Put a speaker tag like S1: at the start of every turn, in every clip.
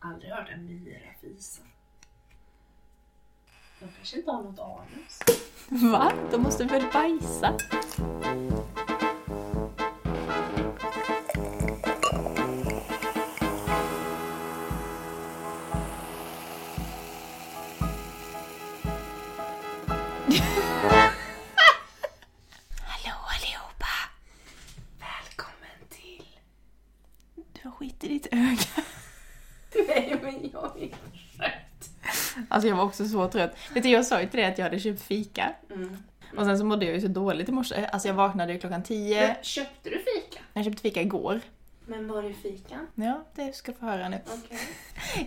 S1: aldrig hört en myra fisa. De kanske inte har något anus.
S2: Va? De måste väl bajsa? Hallå allihopa!
S1: Välkommen till...
S2: Du har skit i ditt öga.
S1: Nej men jag är trött.
S2: Alltså jag var också så trött. Vet du, jag sa ju till dig att jag hade köpt fika.
S1: Mm.
S2: Och sen så mådde jag ju så dåligt i morse. Alltså jag vaknade ju klockan tio.
S1: Men, köpte du fika?
S2: Jag köpte fika igår.
S1: Men var är fikan?
S2: Ja, det ska du få höra nu.
S1: Okej.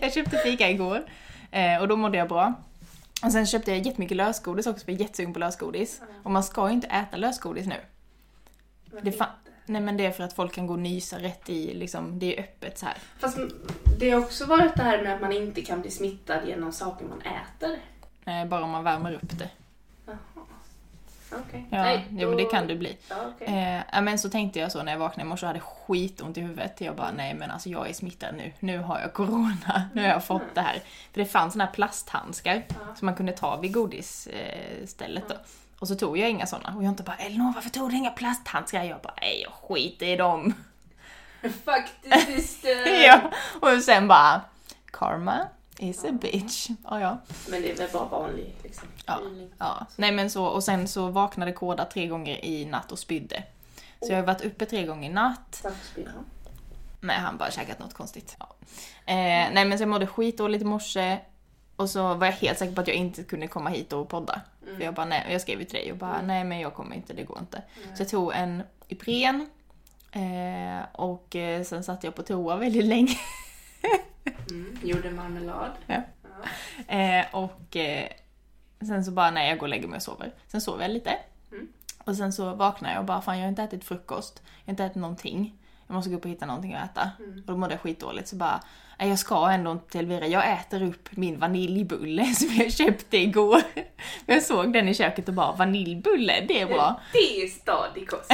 S2: Jag köpte fika igår eh, och då mådde jag bra. Och sen köpte jag jättemycket lösgodis också för jag är jättesugen på lösgodis. Och man ska ju inte äta lösgodis nu.
S1: Varför
S2: Det fa-
S1: inte?
S2: Nej men det är för att folk kan gå och nysa rätt i, liksom, det är öppet så här.
S1: Fast det har också varit det här med att man inte kan bli smittad genom saker man äter.
S2: Nej, eh, bara om man värmer upp det.
S1: Jaha. Okej.
S2: Ja,
S1: Nej,
S2: jo,
S1: då-
S2: det kan det bli.
S1: Ja, okej.
S2: Eh, ja, men så tänkte jag så när jag vaknade i morse och hade skitont i huvudet. Jag bara, nej men alltså jag är smittad nu. Nu har jag corona. Nu har jag fått det här. För det fanns såna här plasthandskar
S1: Ja.
S2: som man kunde ta vid godisstället eh, stället då. Och så tog jag inga såna. Och jag inte bara, Elinor varför tog du inga plasthandskar? Jag bara, nej jag skiter i dem.
S1: Faktiskt eh, syster!
S2: Eh. ja. Och sen bara, karma is a bitch. Ja, ja.
S1: Men det är väl bara vanlig liksom.
S2: Ja.
S1: Feeling.
S2: Ja, nej men så, och sen så vaknade Koda tre gånger i natt och spydde. Så jag har varit uppe tre gånger i natt.
S1: Samspinnan.
S2: Nej, han bara käkat något konstigt. Ja. Eh, nej men så jag mådde skitdåligt i morse. Och så var jag helt säker på att jag inte kunde komma hit och podda. För jag bara nej, jag skrev ju till dig och bara nej men jag kommer inte, det går inte. Så jag tog en Ipren. Eh, och eh, sen satt jag på toa väldigt länge.
S1: Mm. Gjorde marmelad.
S2: Eh, och eh, sen så bara, nej jag går och lägger mig och sover. Sen sover jag lite.
S1: Mm.
S2: Och sen så vaknar jag och bara, fan jag har inte ätit frukost. Jag har inte ätit någonting. Jag måste gå upp och hitta någonting att äta. Och då mådde jag skitdåligt så bara, nej jag ska ändå inte till Elvira. Jag äter upp min vaniljbulle som jag köpte igår. För jag såg den i köket och bara, vaniljbulle, det är bra.
S1: Det är stadig kost.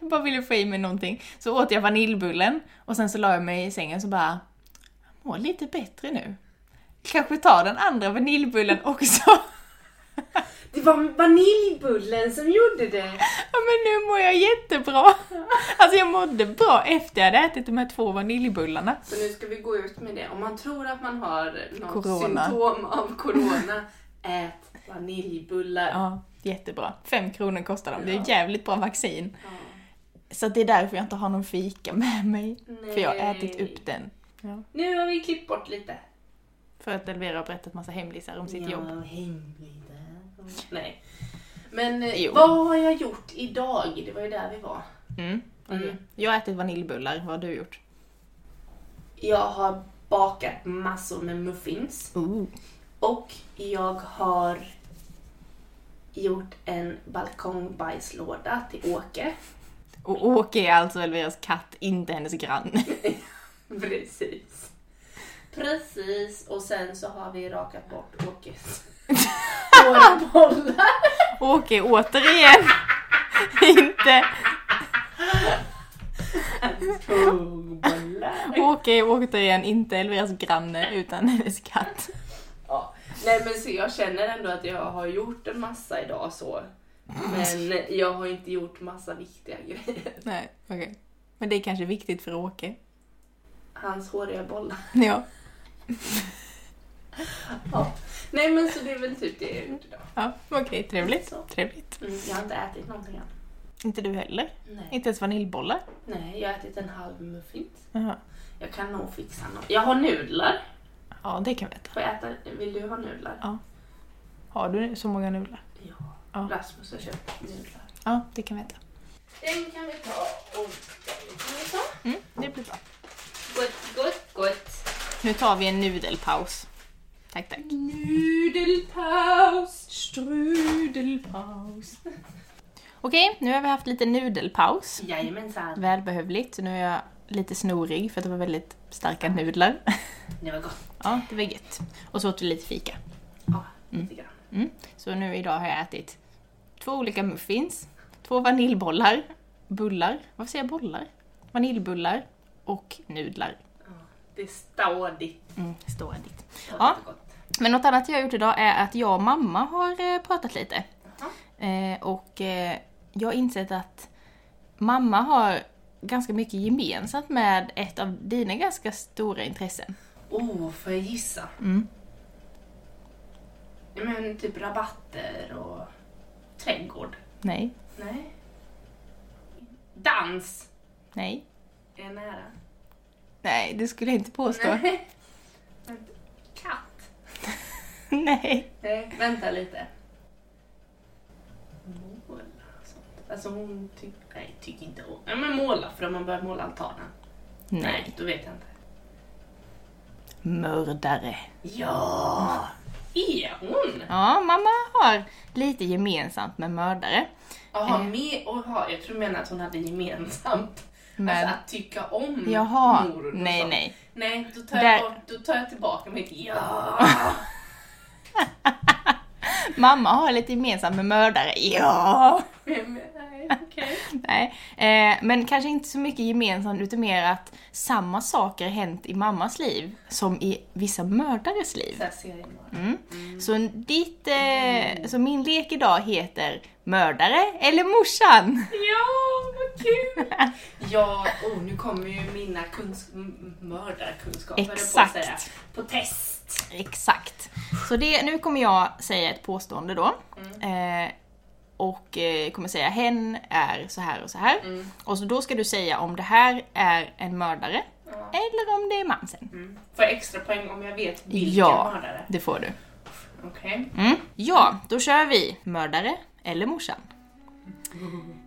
S2: Jag bara ville få i mig någonting. Så åt jag vaniljbullen och sen så la jag mig i sängen så bara, jag mår lite bättre nu. Kanske ta den andra vaniljbullen också.
S1: Det var vaniljbullen som gjorde det!
S2: Ja men nu mår jag jättebra. Alltså jag mådde bra efter jag hade ätit de här två vaniljbullarna.
S1: Så nu ska vi gå ut med det. Om man tror att man har något
S2: Corona.
S1: symptom av corona, ät vaniljbullar.
S2: Ja, jättebra. Fem kronor kostar de. Det
S1: Ja.
S2: är jävligt bra vaccin.
S1: Ja.
S2: Så att det är därför jag inte har någon fika med mig. För jag har
S1: Nej.
S2: ätit upp den. Ja.
S1: Nu har vi klippt bort lite.
S2: För att Elvira har berättat massa hemlisar om sitt jobb.
S1: hemligheter. Nej. Men eh,
S2: Jo.
S1: vad har jag gjort idag? Det var ju där vi var.
S2: Mm. okej.
S1: Mm.
S2: Jag har ätit vaniljbullar. Vad har du gjort?
S1: Jag har bakat massor med muffins.
S2: Ooh.
S1: Och jag har gjort en balkongbajslåda till Åke.
S2: Och Åke är alltså Elviras katt, inte hennes granne.
S1: Precis. Precis. Och sen så har vi rakat bort Åkes hårbollar.
S2: Åke återigen! inte Åke är återigen inte Elviras granne utan hennes katt.
S1: ja. Nej men så jag känner ändå att jag har gjort en massa idag så. Men jag har inte gjort massa viktiga grejer.
S2: Nej, okej. Men det är kanske viktigt för Åke.
S1: Hans håriga bollar.
S2: Ja.
S1: Ja. Nej men så det är väl typ det jag har gjort idag.
S2: Ja, okej. Trevligt.
S1: Så.
S2: Trevligt.
S1: Mm, jag har inte ätit någonting än.
S2: Inte du heller?
S1: Nej.
S2: Inte ens vaniljbollar?
S1: Nej, jag har ätit en halv muffins.
S2: Jaha.
S1: Jag kan nog fixa något. Jag har nudlar.
S2: Ja, det kan vi äta.
S1: Får jag äta? Vill du ha nudlar?
S2: Har du så många nudlar?
S1: Ja.
S2: Ja.
S1: Rasmus har köpt nudlar.
S2: Ja, det kan vi äta.
S1: Den kan vi ta och den kan vi ta.
S2: Mm, det blir bra.
S1: Gott, gott, gott.
S2: Nu tar vi en nudelpaus. Tack, tack.
S1: Nudelpaus.
S2: Strudelpaus. Okej, nu har vi haft lite nudelpaus.
S1: Jajamensan.
S2: Välbehövligt. Så nu är jag lite snorig för att det var väldigt starka nudlar.
S1: Det var gott.
S2: Ja, det var gött. Och så åt vi lite fika.
S1: Ja, lite grann.
S2: Mm. Så nu idag har jag ätit två olika muffins, två vaniljbollar, bullar, varför säger jag bollar? Vaniljbullar och nudlar.
S1: Det är stadigt.
S2: Mm, stådigt.
S1: och
S2: Ja.
S1: det är gott.
S2: Men något annat jag har gjort idag är att jag och mamma har eh, pratat lite.
S1: Jaha.
S2: Eh, och eh, jag har insett att mamma har ganska mycket gemensamt med ett av dina ganska stora intressen.
S1: Oh, får jag gissa?
S2: Mm.
S1: Ja, Men typ rabatter och trädgård.
S2: Nej,
S1: Nej. Dans!
S2: nej.
S1: Är jag nära?
S2: Nej, det skulle jag inte påstå.
S1: Nej. Vänta. Katt?
S2: nej.
S1: Nej, vänta lite. Måla och sånt. Alltså hon tycker... Nej, tycker inte om... Ja, men måla, för om man börjar måla altanen.
S2: Nej.
S1: Då vet jag inte.
S2: Mördare.
S1: Ja! Är hon?
S2: Ja, mamma har lite gemensamt med mördare.
S1: Jaha,
S2: Eh.
S1: med och ha. Jag tror du menar att hon hade gemensamt.
S2: Men-
S1: Alltså att tycka om
S2: Jaha,
S1: moror och
S2: nej
S1: sånt.
S2: nej.
S1: Nej, då tar,
S2: Där-
S1: jag bort, då tar jag tillbaka mitt ja.
S2: Mamma har lite gemensamt med mördare, ja!
S1: nej, okej.
S2: Nej, eh, men kanske inte så mycket gemensamt utan mer att samma saker hänt i mammas liv som i vissa mördares liv.
S1: Så här ser jag bara.
S2: Mm. Så, ditt, eh, så min lek idag heter Mördare eller morsan?
S1: Ja, vad kul! Ja, oh, nu kommer ju mina kunsk- m- mördarkunskaper höll jag på att
S2: Exakt.
S1: säga. På test.
S2: Exakt. Så det, nu kommer jag säga ett påstående då. Eh, och eh, kommer säga hen är så här och så här. Och så då ska du säga om det här är en mördare
S1: Ja.
S2: eller om det är mansen.
S1: Mm. Får jag extra poäng om jag vet vilken
S2: Ja.
S1: mördare?
S2: Det får du.
S1: Okej.
S2: Mm. Ja, då kör vi mördare eller morsan.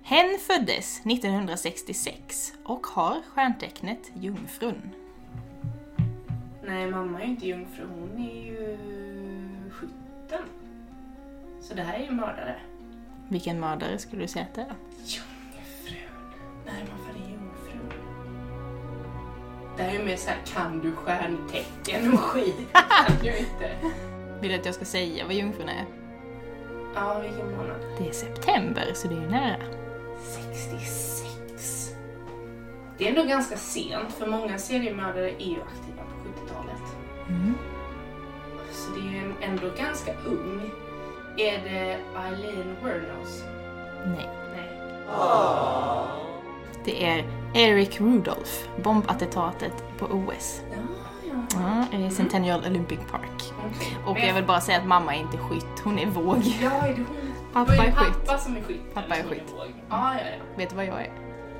S2: Hen föddes 1966 och har stjärntecknet Jungfrun.
S1: Nej, mamma är ju inte jungfru. Hon är ju skytten. Så det här är ju mördare.
S2: Vilken mördare skulle du säga att det är?
S1: Jungfrun. Nej, man faller jungfrun. Det här är ju mer såhär, kan du stjärntecken och skit? Det kan jag inte.
S2: Vill du att jag ska säga vad Jungfrun är?
S1: Ja, vilken månad?
S2: Det är september, så det är ju nära.
S1: 66. Det är ändå ganska sent, för många seriemördare är ju aktiva på 70-talet.
S2: Mm.
S1: Så det är ju ändå ganska ung. Är det Eileen Wernos?
S2: Nej.
S1: Nej.
S2: Det är Eric Rudolph, bombattentatet på OS.
S1: Ja, ja.
S2: Ja, Mm. i Centennial Olympic Park.
S1: Okej.
S2: Och
S1: Men
S2: jag vill bara säga att mamma är inte skytt, hon är våg.
S1: Ja, är det hon?
S2: Pappa
S1: Det var ju
S2: är skytt.
S1: Pappa som är skytt.
S2: Pappa är
S1: eller
S2: skytt.
S1: som våg. Ja, ja, ja.
S2: Vet du vad jag är?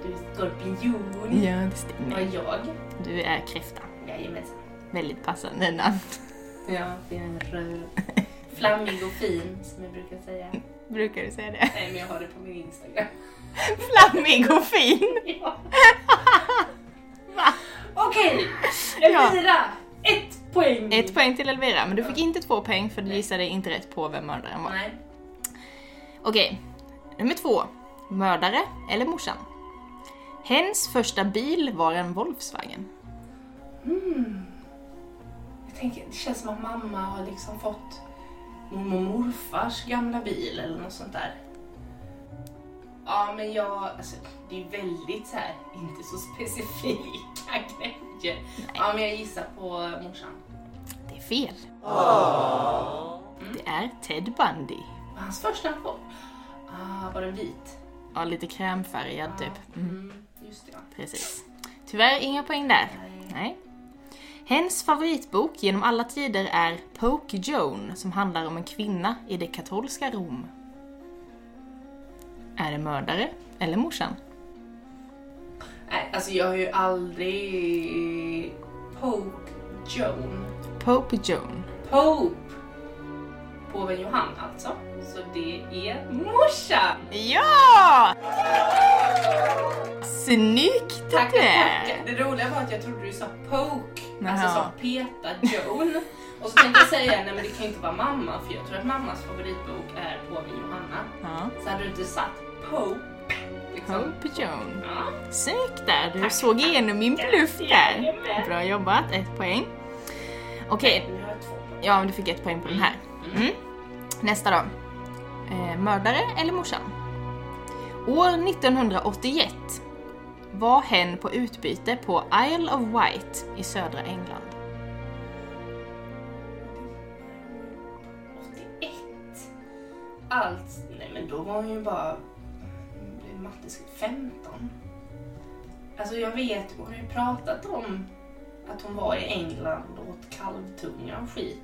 S1: Du är skorpion.
S2: Ja, det
S1: Och
S2: stämmer.
S1: jag?
S2: Du är kräfta.
S1: Jajamensan.
S2: Väldigt passande namn.
S1: Ja, det är en röd. Flammig och fin, som jag brukar säga.
S2: Brukar du säga det?
S1: Nej, men jag har det på min Instagram.
S2: Flammig och fin!
S1: Ja.
S2: Va?
S1: Okej,
S2: Ja.
S1: Elvira! Ett poäng!
S2: Ett poäng till Elvira, men du fick inte två poäng för du gissade inte rätt på vem mördaren var.
S1: Nej.
S2: Okej, nummer två. Mördare eller morsan? Hens första bil var en Volkswagen.
S1: Mm. Jag tänker, det känns som att mamma har liksom fått mormor och morfars gamla bil eller något sånt där. Ja, men jag... Alltså, det är väldigt så här, inte så specifika grejer. Ja, men jag gissar på morsan.
S2: Det är fel. Det är Ted Bundy.
S1: Var hans första på? Ah, var den vit?
S2: Ja, lite krämfärgad typ. Mm,
S1: Mm, just det, ja.
S2: precis. Tyvärr inga poäng där.
S1: Nej.
S2: Nej. Hens favoritbok genom alla tider är Poke Joan som handlar om en kvinna i det katolska Rom. Är det mördare eller morsan?
S1: Nej, alltså jag har ju aldrig... Pope Joan.
S2: Pope Joan.
S1: Pope! Påven Johan alltså. Så det är morsan!
S2: Ja! Snyggt
S1: Tack,
S2: där!
S1: tack. Det roliga var att jag trodde du sa poke, alltså
S2: Jaha.
S1: sa peta Joan. Och så tänkte jag säga, nej men det kan ju inte vara mamma för jag tror att mammas favoritbok är Påven Johanna.
S2: Ja,
S1: Så hade du inte satt pope, liksom.
S2: Pope Joan.
S1: Ja.
S2: Snyggt där! Du såg igenom min bluff där.
S1: Jajamän.
S2: Bra jobbat, ett poäng. Okej,
S1: Nu har jag två poäng.
S2: ja men du fick ett poäng på den här. Mm. Nästa då. Eh, mördare eller morsan? År 1981 var hen på utbyte på Isle of Wight i södra England.
S1: 81. Allt. Nej men då var hon ju bara matte 15. Alltså jag vet, hon har ju pratat om att hon var i England och åt kalvtunga och skit.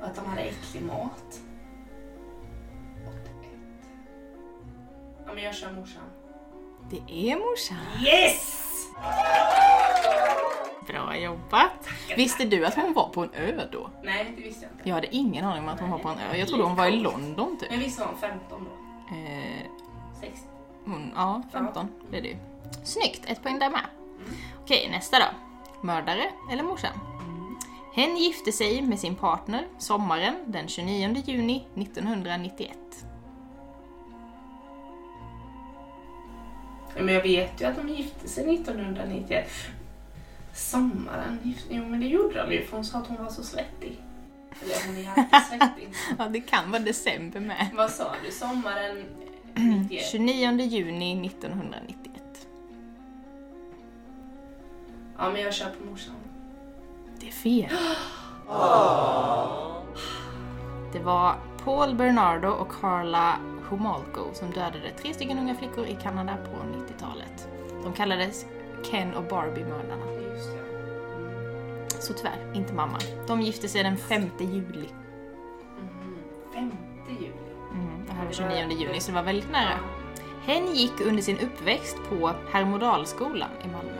S1: och att de hade äcklig mat. 81. Ja men jag kör morsan.
S2: Det är morsan.
S1: Yes!
S2: Bra jobbat! Visste du att hon var på en ö då?
S1: Nej, det visste jag inte.
S2: Jag hade ingen aning om att hon var på en ö. Jag trodde hon var i London typ.
S1: Men visst var hon 15 då?
S2: Eh,
S1: 16.
S2: hon, ja, 15 det är det ju. Snyggt, ett poäng där med. Okej, nästa då. Mördare eller morsan? Mm. Hen gifte sig med sin partner sommaren den 29 juni 1991.
S1: Men jag vet ju att de gifte sig 1991. Sommaren gifte Jo men det gjorde de ju för hon sa att hon var så svettig. Eller hon är alltid svettig.
S2: Ja, det kan vara december med.
S1: Vad sa du? Sommaren eh,
S2: Mm,
S1: 91?
S2: 29 juni 1991.
S1: Ja men jag kör på morsan.
S2: Det är fel. Det var Paul Bernardo och Carla Homalco som dödade tre stycken unga flickor i Kanada på 90-talet. De kallades Ken och Barbie-mördarna.
S1: Mm, Just det.
S2: Så tyvärr, inte mamma. De gifte sig den 5 juli.
S1: Mhm. 5 juli.
S2: Mm, det här var 29 juni, så det var väldigt nära. Hen gick under sin uppväxt på Hermodalskolan i Malmö.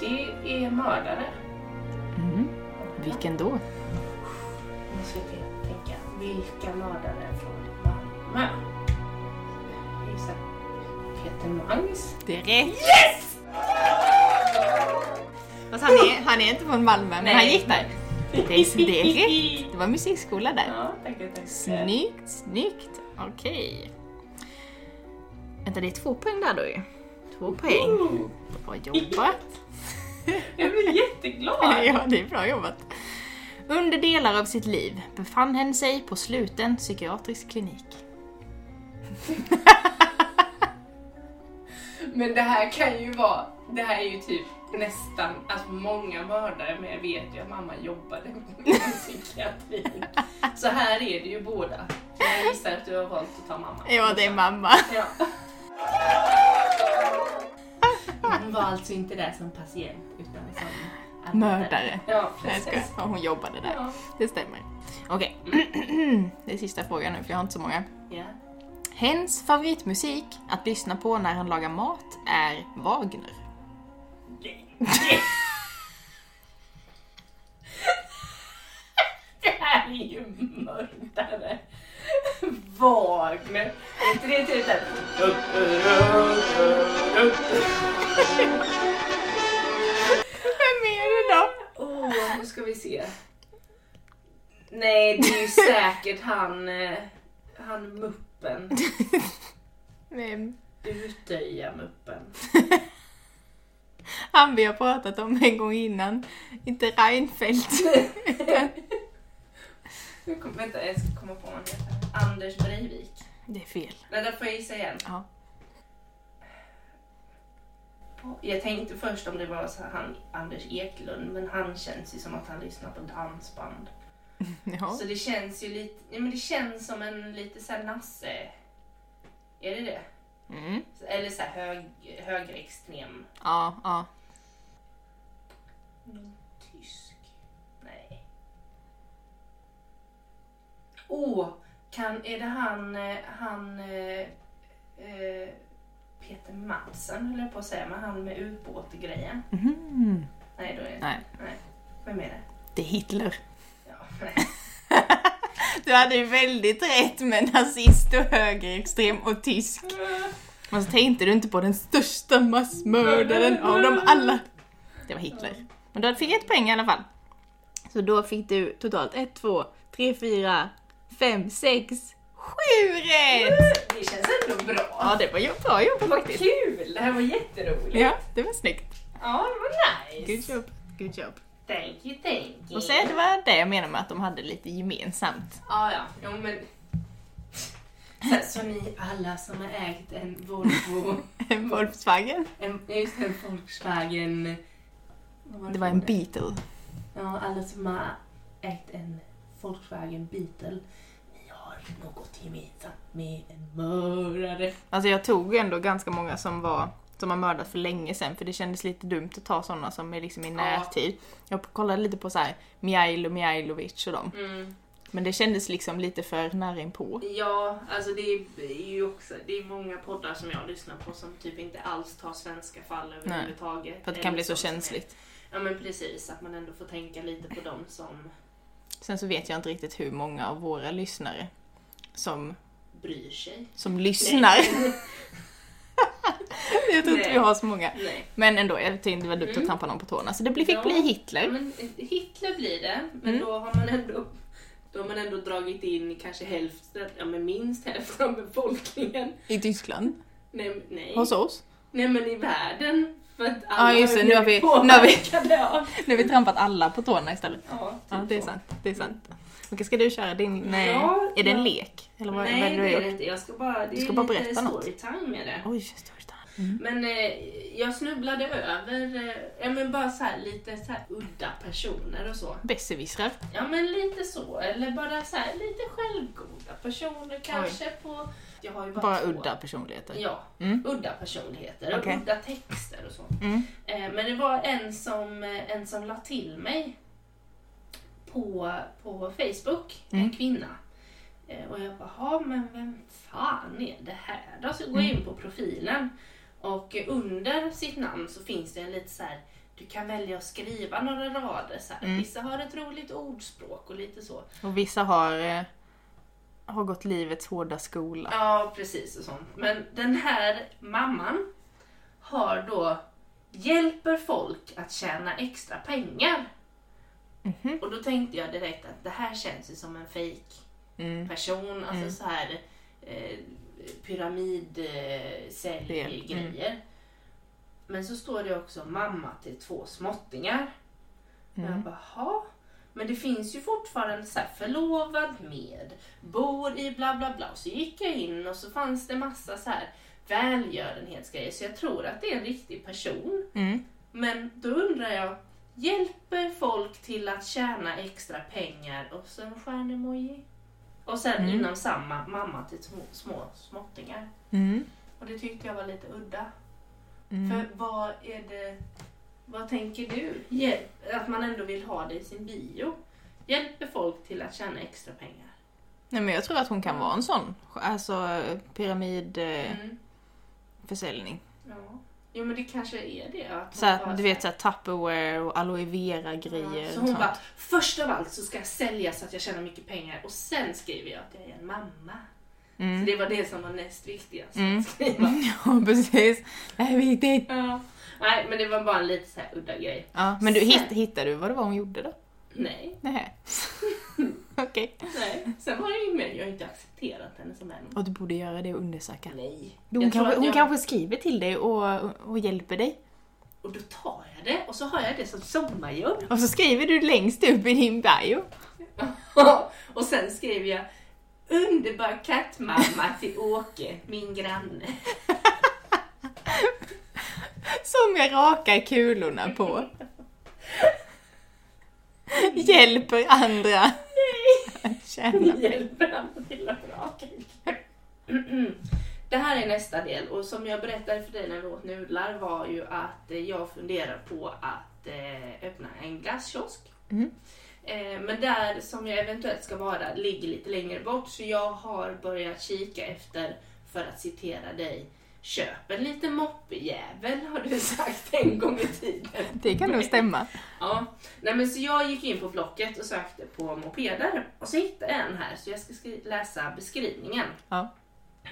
S1: Det är mördare.
S2: Vilken då?
S1: Nu ska vi tänka. Vilka mördare från Malmö? Jag gissar Peter Mangs.
S2: Det är rätt! Yes! Fast han är, han är inte från Malmö, men
S1: Nej.
S2: han gick där. Det är, det är rätt! Det var musikskola där.
S1: Ja, tackar, tackar.
S2: Snyggt, snyggt! Okej. Vänta, det är två poäng där då ju. Två poäng.
S1: Oh,
S2: Bra jobbat!
S1: jag blir jätteglad!
S2: Ja, det är bra jobbat. Under delar av sitt liv befann hen sig på sluten psykiatrisk klinik.
S1: Men det här kan ju vara, det här är ju typ nästan, alltså många mördare, men jag vet ju att mamma jobbade med psykiatrin. Så här är det ju båda. Så Jag gissar att du har valt att ta mamma.
S2: Ja, det är mamma.
S1: Ja. Hon var alltså inte där som patient utan som arbetare.
S2: Mördare.
S1: Ja,
S2: Nej, jag skojar.
S1: precis.
S2: Ja, hon jobbade där.
S1: Ja.
S2: Det stämmer. Okej, det är sista frågan nu för jag har inte så många.
S1: Ja.
S2: Hens favoritmusik att lyssna på när han lagar mat är Wagner.
S1: Det här är ju mördare. Wagner. Är inte det typ den?
S2: Vem är det då?
S1: Åh, nu ska vi se. Nej, det är ju säkert han, eh, han muppen.
S2: Vem?
S1: Utöja-muppen.
S2: Han vi har pratat om en gång innan. Inte Reinfeldt.
S1: Nu kom- Vänta, jag ska komma på vad han heter. Anders Breivik.
S2: det är fel.
S1: Vänta, får jag gissa igen?
S2: Ja.
S1: Jag tänkte först om det var så här, han Anders Eklund, men han känns ju som att han lyssnar på dansband.
S2: Ja.
S1: Så det känns ju lite, ja, men det känns som en lite såhär nasse... Är det det?
S2: Mm.
S1: Eller såhär hög, högerextrem.
S2: Ja, ja.
S1: Någon tysk? Nej. Åh, oh, kan, är det han, eh, han eh, eh, Peter Madsen höll jag på att säga, men han med ubåt-grejen?
S2: Mhm.
S1: Nej, då är det inte.
S2: Nej,
S1: Nej. Vem är det?
S2: det är Hitler.
S1: Ja, nej.
S2: Du hade ju väldigt rätt med nazist och högerextrem och tysk. Men så tänkte du inte på den största massmördaren av dem alla. Det var Hitler. Men du fick ett poäng i alla fall. Så då fick du totalt 1, 2, 3, 4, 5, 6, 7 rätt!
S1: Det känns ändå bra.
S2: Ja, det var ju bra jobbat
S1: Vad
S2: faktiskt.
S1: kul! Det här var jätteroligt.
S2: Ja, det var snyggt.
S1: Ja, det var nice.
S2: Good job. Good job.
S1: Thank you, thank you.
S2: Och sen det var det jag menade med att de hade lite gemensamt.
S1: Ja, ja. Jo, men... Så, så ni alla som har ägt en Volvo,
S2: En Volkswagen.
S1: en, ja, just det, en Volkswagen. vad
S2: Det var en Beetle.
S1: Ja, alla som har ägt en Volkswagen Beetle. Ni har något gemensamt med en mördare.
S2: Alltså jag tog ju ändå ganska många som var som har mördat för länge sedan för det kändes lite dumt att ta sådana som är liksom i närtid. Jag kollade lite på så här Mijailo Mijailovic och dem.
S1: Mm.
S2: Men det kändes liksom lite för nära inpå.
S1: Ja, alltså det är ju också, det är många poddar som jag lyssnar på som typ inte alls tar svenska fall överhuvudtaget.
S2: För att det kan
S1: Eller
S2: bli så
S1: som är-
S2: känsligt.
S1: Ja men precis, att man ändå får tänka lite på dem som
S2: Sen så vet jag inte riktigt hur många av våra lyssnare som,
S1: bryr sig.
S2: som lyssnar. jag tror inte vi
S1: Nej.
S2: har så många.
S1: Nej.
S2: Men ändå, jag tyckte det var dumt att trampa någon på tårna. Så det bli- fick
S1: Ja. Mm.
S2: bli
S1: Ja,
S2: Hitler.
S1: men eh, Hitler blir det, men
S2: Mm.
S1: då har man ändå då har man ändå dragit in kanske hälften, ja men minst hälften av befolkningen.
S2: I Tyskland.
S1: Nej, nej.
S2: Hos oss.
S1: nej men i världen. För att
S2: Ja, just det, nu har vi-
S1: blivit
S2: nu har vi-
S1: påverkade av-
S2: Nu har vi trampat alla på tårna istället.
S1: Ja, typ
S2: Ja, det är
S1: så.
S2: sant. Det är sant. Okej, ska du köra din... Nej.
S1: Ja,
S2: är det en
S1: ja.
S2: lek? Eller vad, vad
S1: Nej
S2: är det
S1: det
S2: du
S1: är
S2: har
S1: det
S2: gjort?
S1: inte, jag ska bara, det
S2: Du ska
S1: är
S2: bara
S1: lite
S2: berätta något.
S1: storytime med det.
S2: Oj, storytime. Mm.
S1: Men eh, jag snubblade över, eh, ja men bara så här, lite så här udda personer och så.
S2: Besserwissrar.
S1: Ja men lite så, eller bara så här, lite självgoda personer kanske på... Jag har ju bara,
S2: Bara
S1: två.
S2: udda personligheter.
S1: Ja,
S2: Mm.
S1: udda personligheter och
S2: Okej.
S1: udda texter och så.
S2: Mm.
S1: Eh, men det var en som, eh, en som la till mig på, på Facebook, en
S2: Mm.
S1: kvinna. Eh, och jag bara, "Jaha, men vem fan är det här då? Så går jag
S2: Mm.
S1: in på profilen och eh, under sitt namn så finns det en lite så här du kan välja att skriva några rader så här.
S2: Mm.
S1: Vissa har ett roligt ordspråk och lite så.
S2: Och vissa har, eh, har gått livets hårda skola.
S1: Ja, precis och sånt. Men den här mamman har då hjälper folk att tjäna extra pengar.
S2: Mhm.
S1: Och då tänkte jag direkt att det här känns ju som en fake
S2: Mm.
S1: person, alltså
S2: Mm.
S1: så här eh,
S2: Spel,
S1: pyramidsälj
S2: mm.
S1: grejer. Men så står det också mamma till två småttingar. Och jag
S2: Mm.
S1: bara, "Jaha." Men det finns ju fortfarande så här förlovad med, bor i bla bla bla. Och så gick jag in och så fanns det massa så här välgörenhetsgrejer. Så jag tror att det är en riktig person.
S2: Mm.
S1: Men då undrar jag, hjälper folk till att tjäna extra pengar? Och så en stjärnemoji. Och sen
S2: Mm.
S1: inom samma, mamma till små, små småttingar.
S2: Mm.
S1: Och det tyckte jag var lite udda.
S2: Mm.
S1: För vad är det... Vad tänker du? Hjälp, att man ändå vill ha det i sin bio. Hjälper folk till att tjäna extra pengar?
S2: Nej men jag tror att hon kan vara en sån. Alltså pyramidförsäljning.
S1: Mm. Ja. Jo men det kanske är det. Att
S2: Så
S1: hon bara
S2: här, du vet såhär Tupperware och aloe vera grejer.
S1: Ja,
S2: och
S1: Så hon
S2: sånt.
S1: bara, först av allt så ska jag sälja så att jag tjänar mycket pengar och sen skriver jag att jag är en mamma. Så
S2: Mm.
S1: det var det som var näst viktigast
S2: Mm.
S1: att skriva.
S2: Ja precis. Det här är viktigt.
S1: Ja. Nej men det var bara en lite så här udda grej.
S2: Ja, men du,
S1: Sen-
S2: hitt, hittade du vad det var hon gjorde då?
S1: Nej,
S2: Nej. Okej.
S1: nej. Sen var det ju mer, jag har inte accepterat henne som vän.
S2: Och du borde göra det och undersöka.
S1: Nej.
S2: Hon,
S1: Jag tror
S2: kanske,
S1: att
S2: hon
S1: jag-
S2: kanske skriver till dig och, och hjälper dig.
S1: Och då tar jag det och så har jag det som sommarjobb.
S2: Och så skriver du längst upp i din bio.
S1: och sen skrev jag underbar kattmamma till Åke, min granne.
S2: Som jag rakar kulorna på. Hjälper andra att tjäna.
S1: Hjälper han till att raka Det här är nästa del och som jag berättade för dig när vi åt nudlar var ju att eh, jag funderar på att eh, öppna en glasskiosk.
S2: Mm.
S1: Eh, Men där som jag eventuellt ska vara ligger lite längre bort så jag har börjat kika efter, för att citera dig, köp en liten moppejävel har du sagt en gång i tiden.
S2: Det kan nog stämma.
S1: Ja, nej men så jag gick in på Blocket och sökte på mopeder och så hittade jag en här så jag ska skri- läsa beskrivningen. Mm.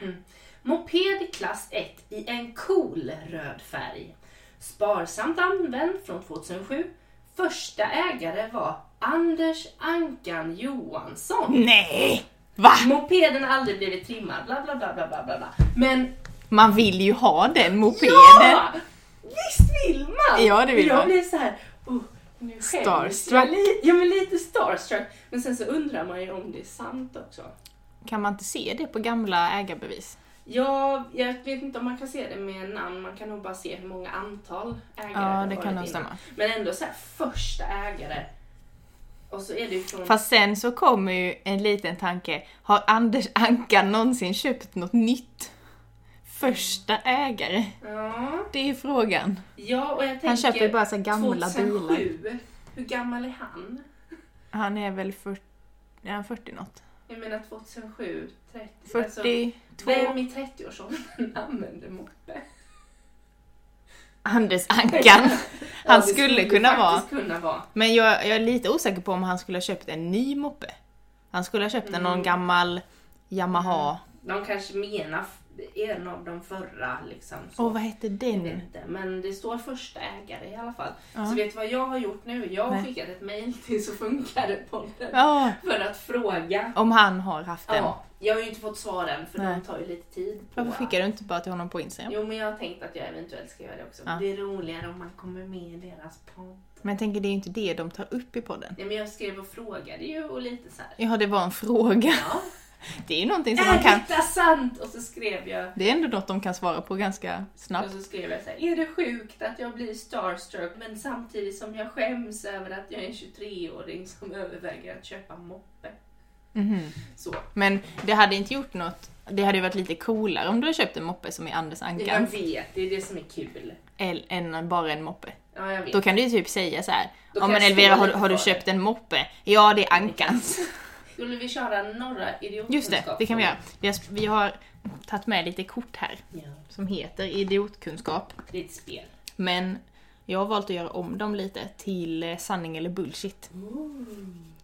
S2: Ja.
S1: Moped klass 1 i en cool röd färg. Sparsamt använd från 2007. Första ägare var Anders Ankan Johansson.
S2: Mm. Nej! Va?
S1: Mopeden har aldrig blivit trimmad, bla bla bla bla bla bla. bla. Men
S2: Man vill ju ha den mopeden.
S1: Ja! Visst vill man?
S2: Ja, det vill
S1: jag
S2: man.
S1: blir så här, oh, nu skäms jag
S2: Starstruck.
S1: li- Ja, men lite starstruck. Men sen så undrar man ju om det är sant också.
S2: Kan man inte se det på gamla ägarbevis?
S1: Ja, jag vet inte om man kan se det med namn, man kan nog bara se hur många antal ägare
S2: Ja,
S1: har
S2: det
S1: varit
S2: kan nog
S1: innan.
S2: stämma.
S1: Men ändå så här första ägare. Och så är det ju från...
S2: Fast sen så kommer ju en liten tanke. Har Anders Anka någonsin köpt något nytt? Första ägare?
S1: Ja,
S2: Det är frågan.
S1: ja och jag tänker...
S2: Han köper ju bara så här gamla
S1: 2007.
S2: bilar.
S1: Hur gammal är han?
S2: Han är väl 40, är han 40 något?
S1: Jag menar 2007, 30... Alltså,
S2: 42?
S1: vem i 30-årsåldern använder moppe?
S2: Anders Ankan. Han
S1: det
S2: skulle
S1: ju
S2: kunna
S1: faktiskt
S2: vara.
S1: kunna vara.
S2: Men jag, jag är lite osäker på om han skulle ha köpt en ny moppe. Han skulle ha köpt en
S1: Mm.
S2: någon gammal Yamaha.
S1: De kanske menar f- en av de förra liksom.
S2: Åh,
S1: så.
S2: vad hette
S1: Jag vet
S2: den?
S1: inte, men det står första ägare i alla fall.
S2: Ja.
S1: Så vet du vad jag har gjort nu? Jag har
S2: Nej.
S1: skickat ett mail till Så funkar det podden
S2: Ja,
S1: för att fråga.
S2: om han har haft den.
S1: Ja, jag har ju inte fått svaren för
S2: Nej.
S1: de tar ju lite tid. På.
S2: Varför skickar du inte bara till honom på Instagram?
S1: Jo, men jag har tänkt att jag eventuellt ska göra det också.
S2: Ja.
S1: Det är roligare om man kommer med i deras podd.
S2: Men jag tänker det är ju inte det de tar upp i podden.
S1: Nej, men jag skrev och frågade ju och lite så här.
S2: Ja, det var en fråga.
S1: Ja,
S2: Det är ju någonting som man
S1: är
S2: kan...
S1: detta sant? Och så skrev jag
S2: Det är ändå något de kan svara på ganska
S1: Och
S2: snabbt.
S1: så skrev jag så här, är det sjukt att jag blir starstruck men samtidigt som jag skäms över att jag är en 23-åring som överväger att köpa moppe?
S2: Mhm.
S1: Så.
S2: Men det hade inte gjort något... Det hade ju varit lite coolare om du hade köpt en moppe som är Anders
S1: Jag
S2: Ankan.
S1: vet, det är det som är kul.
S2: el- Än bara en moppe.
S1: Ja, jag vet.
S2: Då kan du ju typ säga så här.
S1: Då
S2: Ja
S1: kan
S2: men
S1: jag
S2: Elvira
S1: stå
S2: har,
S1: lite
S2: har du
S1: för det."
S2: köpt en moppe? Ja det är Ankans.
S1: Skulle vi köra några idiotkunskap?
S2: Just det, det kan vi göra. Vi har, vi har tagit med lite kort här
S1: Ja,
S2: som heter idiotkunskap.
S1: det är ett spel.
S2: Men jag har valt att göra om dem lite till eh, sanning eller bullshit.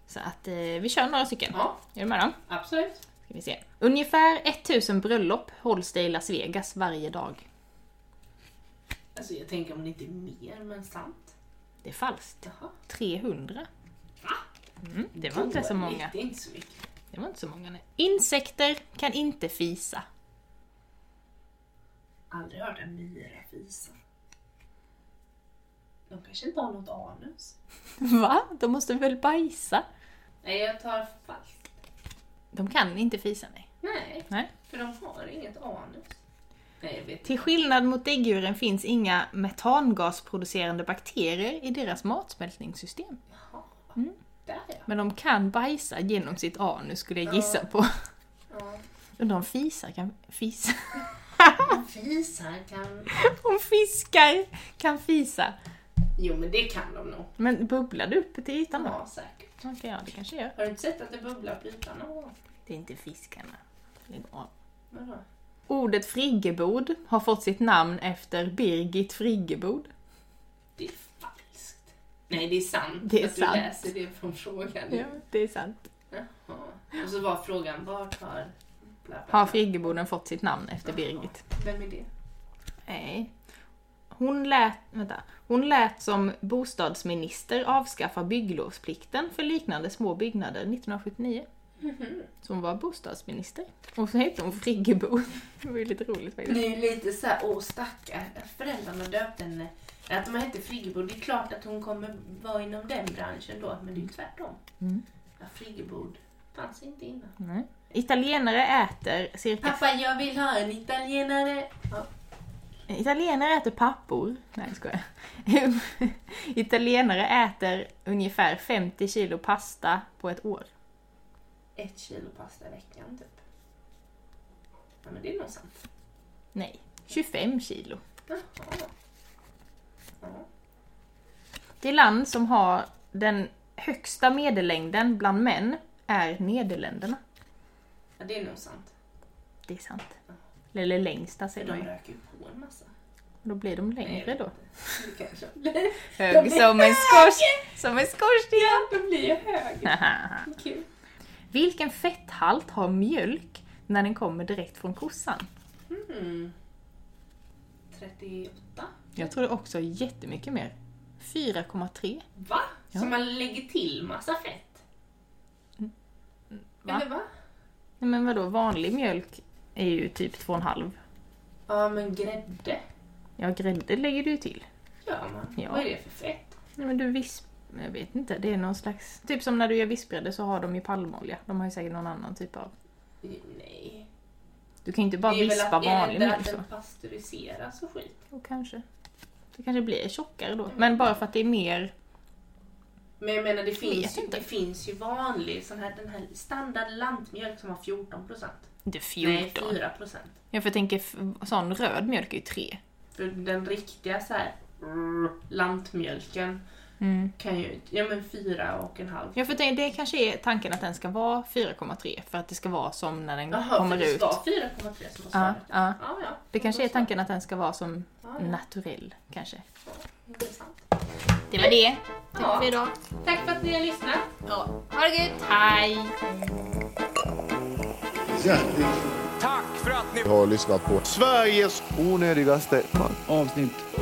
S2: Så att eh, vi kör några stycken.
S1: Ja,
S2: Är du med då?
S1: absolut.
S2: Ska vi se. Ungefär 1000 bröllop hålls det i Las Vegas varje dag.
S1: Alltså jag tänker om det inte är mer, men sant.
S2: Det är falskt.
S1: Jaha.
S2: 300. Mm, det var inte så
S1: Dåligt,
S2: många.
S1: Det är inte så mycket.
S2: Det var inte så många nej. Insekter kan inte fisa.
S1: Aldrig hört en myra fisa. De kanske inte har något anus?
S2: Va? De måste väl bajsa?
S1: Nej, jag tar falskt.
S2: De kan inte fisa, nej.
S1: Nej.
S2: nej.
S1: För de har inget anus. Nej, jag vet
S2: Till skillnad mot däggdjuren finns inga metangasproducerande bakterier i deras matsmältningssystem.
S1: Jaha.
S2: Mm.
S1: Där ja.
S2: Men de kan bajsa genom sitt anus skulle jag gissa på.
S1: ja.
S2: Undrar om fisar kan... Fisa?
S1: Fisar kan...
S2: Om fiskar kan fisa.
S1: Jo, men det kan de nog.
S2: Men bubblar det upp till ytan då?
S1: Ja, säkert.
S2: Okej, ja det kanske gör.
S1: Har du inte sett att det bubblar på ytan? Åh,
S2: Det är inte fiskarna. Lägg av.
S1: vadå?
S2: Ordet friggebod har fått sitt namn efter Birgit Friggebod.
S1: Det är falskt. Nej, det är sant.
S2: Det är
S1: att
S2: sant.
S1: du läser det från frågan.
S2: Ja, det är sant.
S1: Jaha. Och så var frågan, vart har... Bla, bla, bla.
S2: har friggeboden fått sitt namn efter Birgit.
S1: Vem är det?
S2: Nej. Hon lät, vänta, hon lät som bostadsminister avskaffa bygglovsplikten för liknande små byggnader 1979. Så hon var bostadsminister. Och så hette hon Friggebo. Det var ju lite roligt faktiskt.
S1: Det är ju lite så här, åh stackar, att föräldrarna döpte henne. Att de hette Friggebo, det är klart att hon kommer vara inom den branschen då, men det är ju tvärtom.
S2: Mm.
S1: Ja, Friggebod fanns inte innan.
S2: Nej. Italienare äter cirka...
S1: Pappa, jag vill ha en italienare! Ja,
S2: Italienare äter pappor. Nej, jag skojar. Italienare äter ungefär 50 kilo pasta på ett år.
S1: ett kilo pasta i veckan typ. Ja, men det är nog sant.
S2: Nej, 25 kilo.
S1: Jaha. Ja.
S2: Det land som har den högsta medellängden bland män är Nederländerna.
S1: ja, det är nog sant.
S2: Det är sant. Eller längsta
S1: För
S2: säger
S1: de
S2: man ju.
S1: röker ju på en massa.
S2: Då blir de
S1: Nej, jag
S2: längre
S1: vet
S2: då.
S1: inte. Det kanske de blir.
S2: Hög som en skors... Som en skorsten!
S1: De blir ju högre.
S2: Haha.
S1: Kul.
S2: Vilken fetthalt har mjölk när den kommer direkt från kossan?
S1: Mm. 38?
S2: Jag tror det också är jättemycket mer. 4,3.
S1: Va?
S2: Ja.
S1: Så man lägger till massa fett?
S2: Mm. va?
S1: Eller va?
S2: Nej men vadå, vanlig mjölk är ju typ 2,5.
S1: Ja, men grädde
S2: Ja, grädde lägger du ju till.
S1: gör man.
S2: Ja.
S1: Vad är det för fett?
S2: Nej men du visp... Jag vet inte, det är någon slags... Typ som när du gör vispgrädde så har de ju palmolja. De har ju säkert någon annan typ av...
S1: Nej.
S2: Du kan ju inte bara
S1: Det är väl
S2: vispa
S1: att- är det
S2: vanlig
S1: inte att
S2: mjölk så.
S1: den pasteuriseras och skit.
S2: Jo, kanske. Det kanske blir tjockare då. Men bara för att det är mer...
S1: Men jag menar det
S2: vet
S1: finns, ju,
S2: inte.
S1: det finns ju vanlig sån här, den här standard lantmjölk som har 14%.
S2: Inte
S1: Nej
S2: 14.
S1: 4%.
S2: Ja, för jag tänker, f- sån röd mjölk är ju 3.
S1: För den riktiga så här rrr, lantmjölken
S2: Mm.
S1: kan ju, ja men 4 och en halv.
S2: Ja, för det, det kanske är tanken att den ska vara 4,3 för att det ska vara som när den
S1: Jaha,
S2: kommer
S1: för det
S2: ut.
S1: ska 4,3 som var
S2: Ja,
S1: svaret.
S2: ja.
S1: Ja, ja.
S2: Det kanske är
S1: Så.
S2: tanken att den ska vara som
S1: Ja, ja.
S2: naturell, kanske.
S1: Intressant.
S2: Det var det. Tack
S1: Ja.
S2: för idag.
S1: Tack för att ni har lyssnat.
S2: Ja. Ha det gött. Hej!
S3: Tack för att ni...
S4: Jag har lyssnat på Sveriges onödigaste
S5: avsnitt